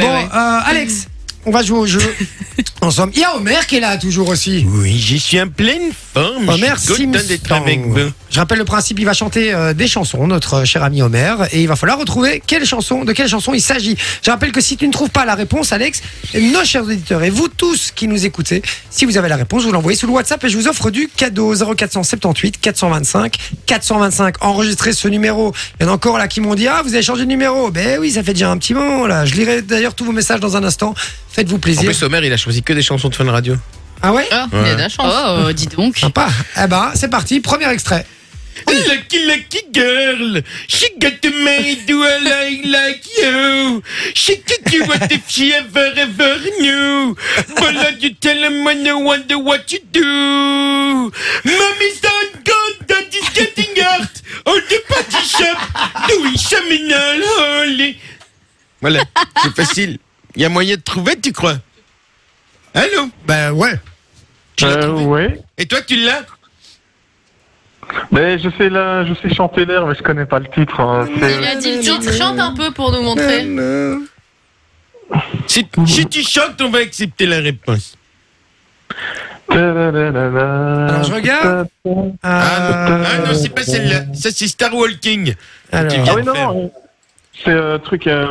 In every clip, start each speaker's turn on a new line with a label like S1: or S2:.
S1: euh, Alex, on va jouer au jeu ensemble. Il y a Omer qui est là toujours aussi.
S2: Oui, j'y suis en pleine forme.
S1: Omer
S2: je suis content d'être
S1: Simpson.
S2: avec vous.
S1: Je rappelle le principe, il va chanter euh, des chansons, notre euh, cher ami Homer, et il va falloir retrouver quelle chanson, de quelle chanson il s'agit. Je rappelle que si tu ne trouves pas la réponse, Alex, nos chers auditeurs et vous tous qui nous écoutez, si vous avez la réponse, vous l'envoyez sous le WhatsApp et je vous offre du cadeau 0478 425 425. Enregistrez ce numéro. Il y en a encore là qui m'ont dit Ah, vous avez changé de numéro. Ben oui, ça fait déjà un petit moment là. Je lirai d'ailleurs tous vos messages dans un instant. Faites-vous
S2: En
S1: plaisir.
S2: plus, hein? Omer, il a choisi que des chansons de fun radio.
S1: Ah ouais
S3: Ah, il a de la chance.
S4: Oh, dis donc.
S1: Sympa. Eh ben, c'est parti, premier extrait.
S2: Lucky, lucky girl, she got a maid who I like, like you. She could do what if she ever, ever knew. But like you tell him when you wonder what you do. Mommy's not good, daddy's getting hurt. On the party shop, doing shaminal holy. Voilà, c'est facile. Il y a moyen de trouver, tu crois Allô
S1: Ben ouais.
S2: Tu l'as trouvé
S5: Euh, ouais.
S2: Et toi, tu l'as
S5: Mais je sais là, je sais chanter l'air, mais je connais pas le titre. hein. C'est-
S3: Il a dit
S1: Euh,
S3: le titre, chante un peu pour nous montrer.
S2: si, si tu chantes, on va accepter la réponse.
S5: Alors
S1: je regarde.
S2: Ah non,
S1: Euh,
S2: ah non, c'est pas celle-là. Ça, c'est Star Walking.
S1: alors.
S2: Tu viens
S5: Ah oui
S2: de
S5: non,
S2: faire.
S5: non. C'est euh, truc. euh,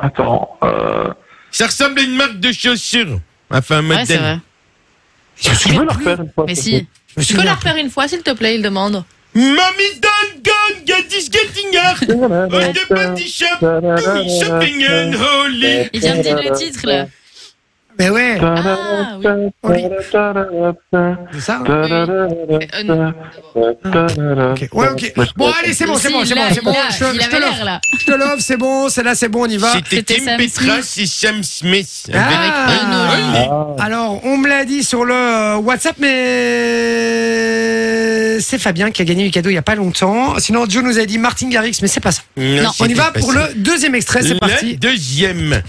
S5: Attends. Euh...
S2: Ça ressemble à une marque de chaussures. Enfin, un
S4: Ouais, c'est
S2: modèle.
S4: vrai.
S5: Tu veux la refaire une fois
S4: Mais
S5: s'il te
S4: si.
S1: Je me
S3: Tu peux la
S1: souviens.
S3: refaire une fois, s'il te plaît, il demande.
S2: Mommy's done gone, God is getting hurt.
S5: plaît
S2: On the party shop, doing shopping and holy.
S4: Il vient de dire le titre, là.
S1: Mais ouais,
S3: Ah, oui.
S1: c'est ça. hein.
S3: Euh, non.
S1: Ok. Ouais, ok. Bon, allez, c'est bon, c'est
S4: Si,
S1: bon,
S4: il
S1: c'est bon,
S4: l'a,
S1: c'est bon.
S4: il l'a,
S1: Je,
S4: Il
S1: je te
S4: avait
S1: l'offre,
S4: l'air, là.
S1: je te l'offre, c'est bon, c'est là, c'est bon, on y va.
S2: C'était
S4: C'était
S2: Kim
S4: Sam
S2: Petras et Sam Smith. Avec
S1: Ah.
S2: Holy.
S1: Alors, on me l'a dit sur le euh, WhatsApp, mais c'est Fabien qui a gagné du cadeau il y a pas longtemps. Sinon, Joe nous a dit Martin Garrix, mais c'est pas
S4: Euh,
S1: ça.
S2: Non,
S1: On y va
S2: c'était
S1: pour
S2: pas
S1: le deuxième
S4: Ah,
S1: extrait,
S2: ça.
S1: c'est
S2: Le
S1: parti.
S2: deuxième.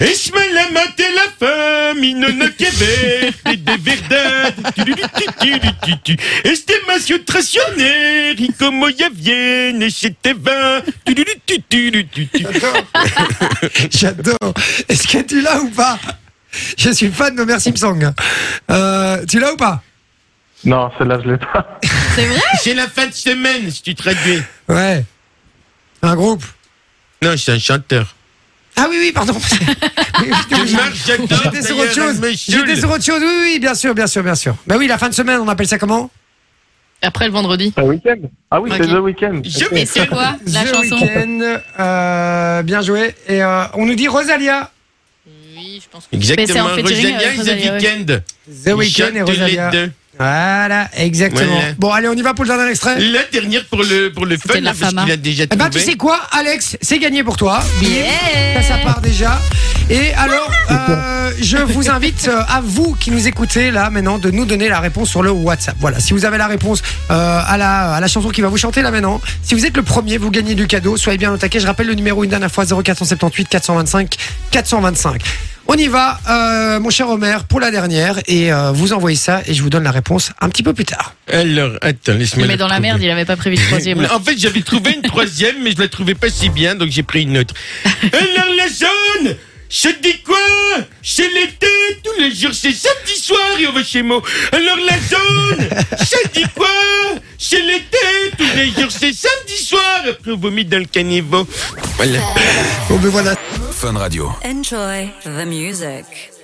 S2: Ich me la maté la femme, il ne n'a qu'à ver, et des verdades. Tu, tu, tu, tu, tu, tu, tu. Este masio trationnaire, y como ya viene, et c'était vin. Tu, tu, tu, tu, tu, tu, tu.
S1: J'adore. Est-ce que tu l'as ou pas Je suis fan de Merci Song. Euh, tu l'as ou pas
S5: Non, celle-là je l'ai pas.
S3: C'est vrai
S2: C'est la fin de semaine, si tu traduis.
S1: Ouais. Un groupe.
S2: Non, c'est un chanteur.
S1: Ah oui, oui, pardon. Oui, oui, oui.
S2: Marc Jacquard,
S1: Ah, J'étais sur autre
S2: d'ailleurs,
S1: chose.
S2: mais
S1: J'étais
S2: Jules.
S1: sur autre chose. Oui, oui, bien sûr, bien sûr, bien sûr. Bah oui, la fin de semaine, on appelle ça comment
S4: Après le vendredi.
S5: Un week-end. Ah oui,
S4: Ok.
S5: c'est le week-end.
S2: Je
S4: Mais c'est quoi la
S1: The
S4: chanson
S1: Weeknd, euh, bien joué. Et euh, on nous dit Rosalia.
S3: Oui, je pense que.
S2: Exactement,
S4: Mais c'est en featuring
S2: Rosalia
S4: avec
S2: is a
S4: Rosalia, ouais.
S2: weekend.
S1: The Weeknd et Rosalia. Voilà, exactement.
S2: Voilà.
S1: Bon, allez, on y va pour le dernier extrait.
S2: La dernière pour le, pour le
S4: C'était
S2: fun,
S4: la
S2: là, parce
S4: femme, hein.
S2: qu'il a déjà
S1: Eh
S2: trouvé.
S1: ben, tu sais quoi, Alex, c'est gagné pour toi. Billet. Ça,
S4: Yeah
S1: ça part déjà. Et alors, euh, je vous invite euh, à vous qui nous écoutez là maintenant de nous donner la réponse sur le WhatsApp. Voilà, si vous avez la réponse euh, à, la, à la chanson qui va vous chanter là maintenant, si vous êtes le premier, vous gagnez du cadeau. Soyez bien au taquet. Je rappelle le numéro une dernière fois 0478 425 425. On y va, euh, mon cher Omer, pour la dernière. Et euh, vous envoyez ça et je vous donne la réponse un petit peu plus tard.
S2: Alors, attends, laisse-moi.
S4: Mais dans la merde, il avait pas prévu le troisième. là.
S2: En fait, j'avais trouvé une troisième, mais je la trouvais pas si bien, donc j'ai pris une autre. Alors, la zone Je te dis quoi C'est l'été, tous les jours, c'est samedi soir, et on va chez moi. Alors, la zone Je te dis quoi C'est l'été, tous les jours, c'est samedi soir, après on vomit dans le caniveau. Voilà.
S1: Bon, ben voilà.
S6: Enjoy the music.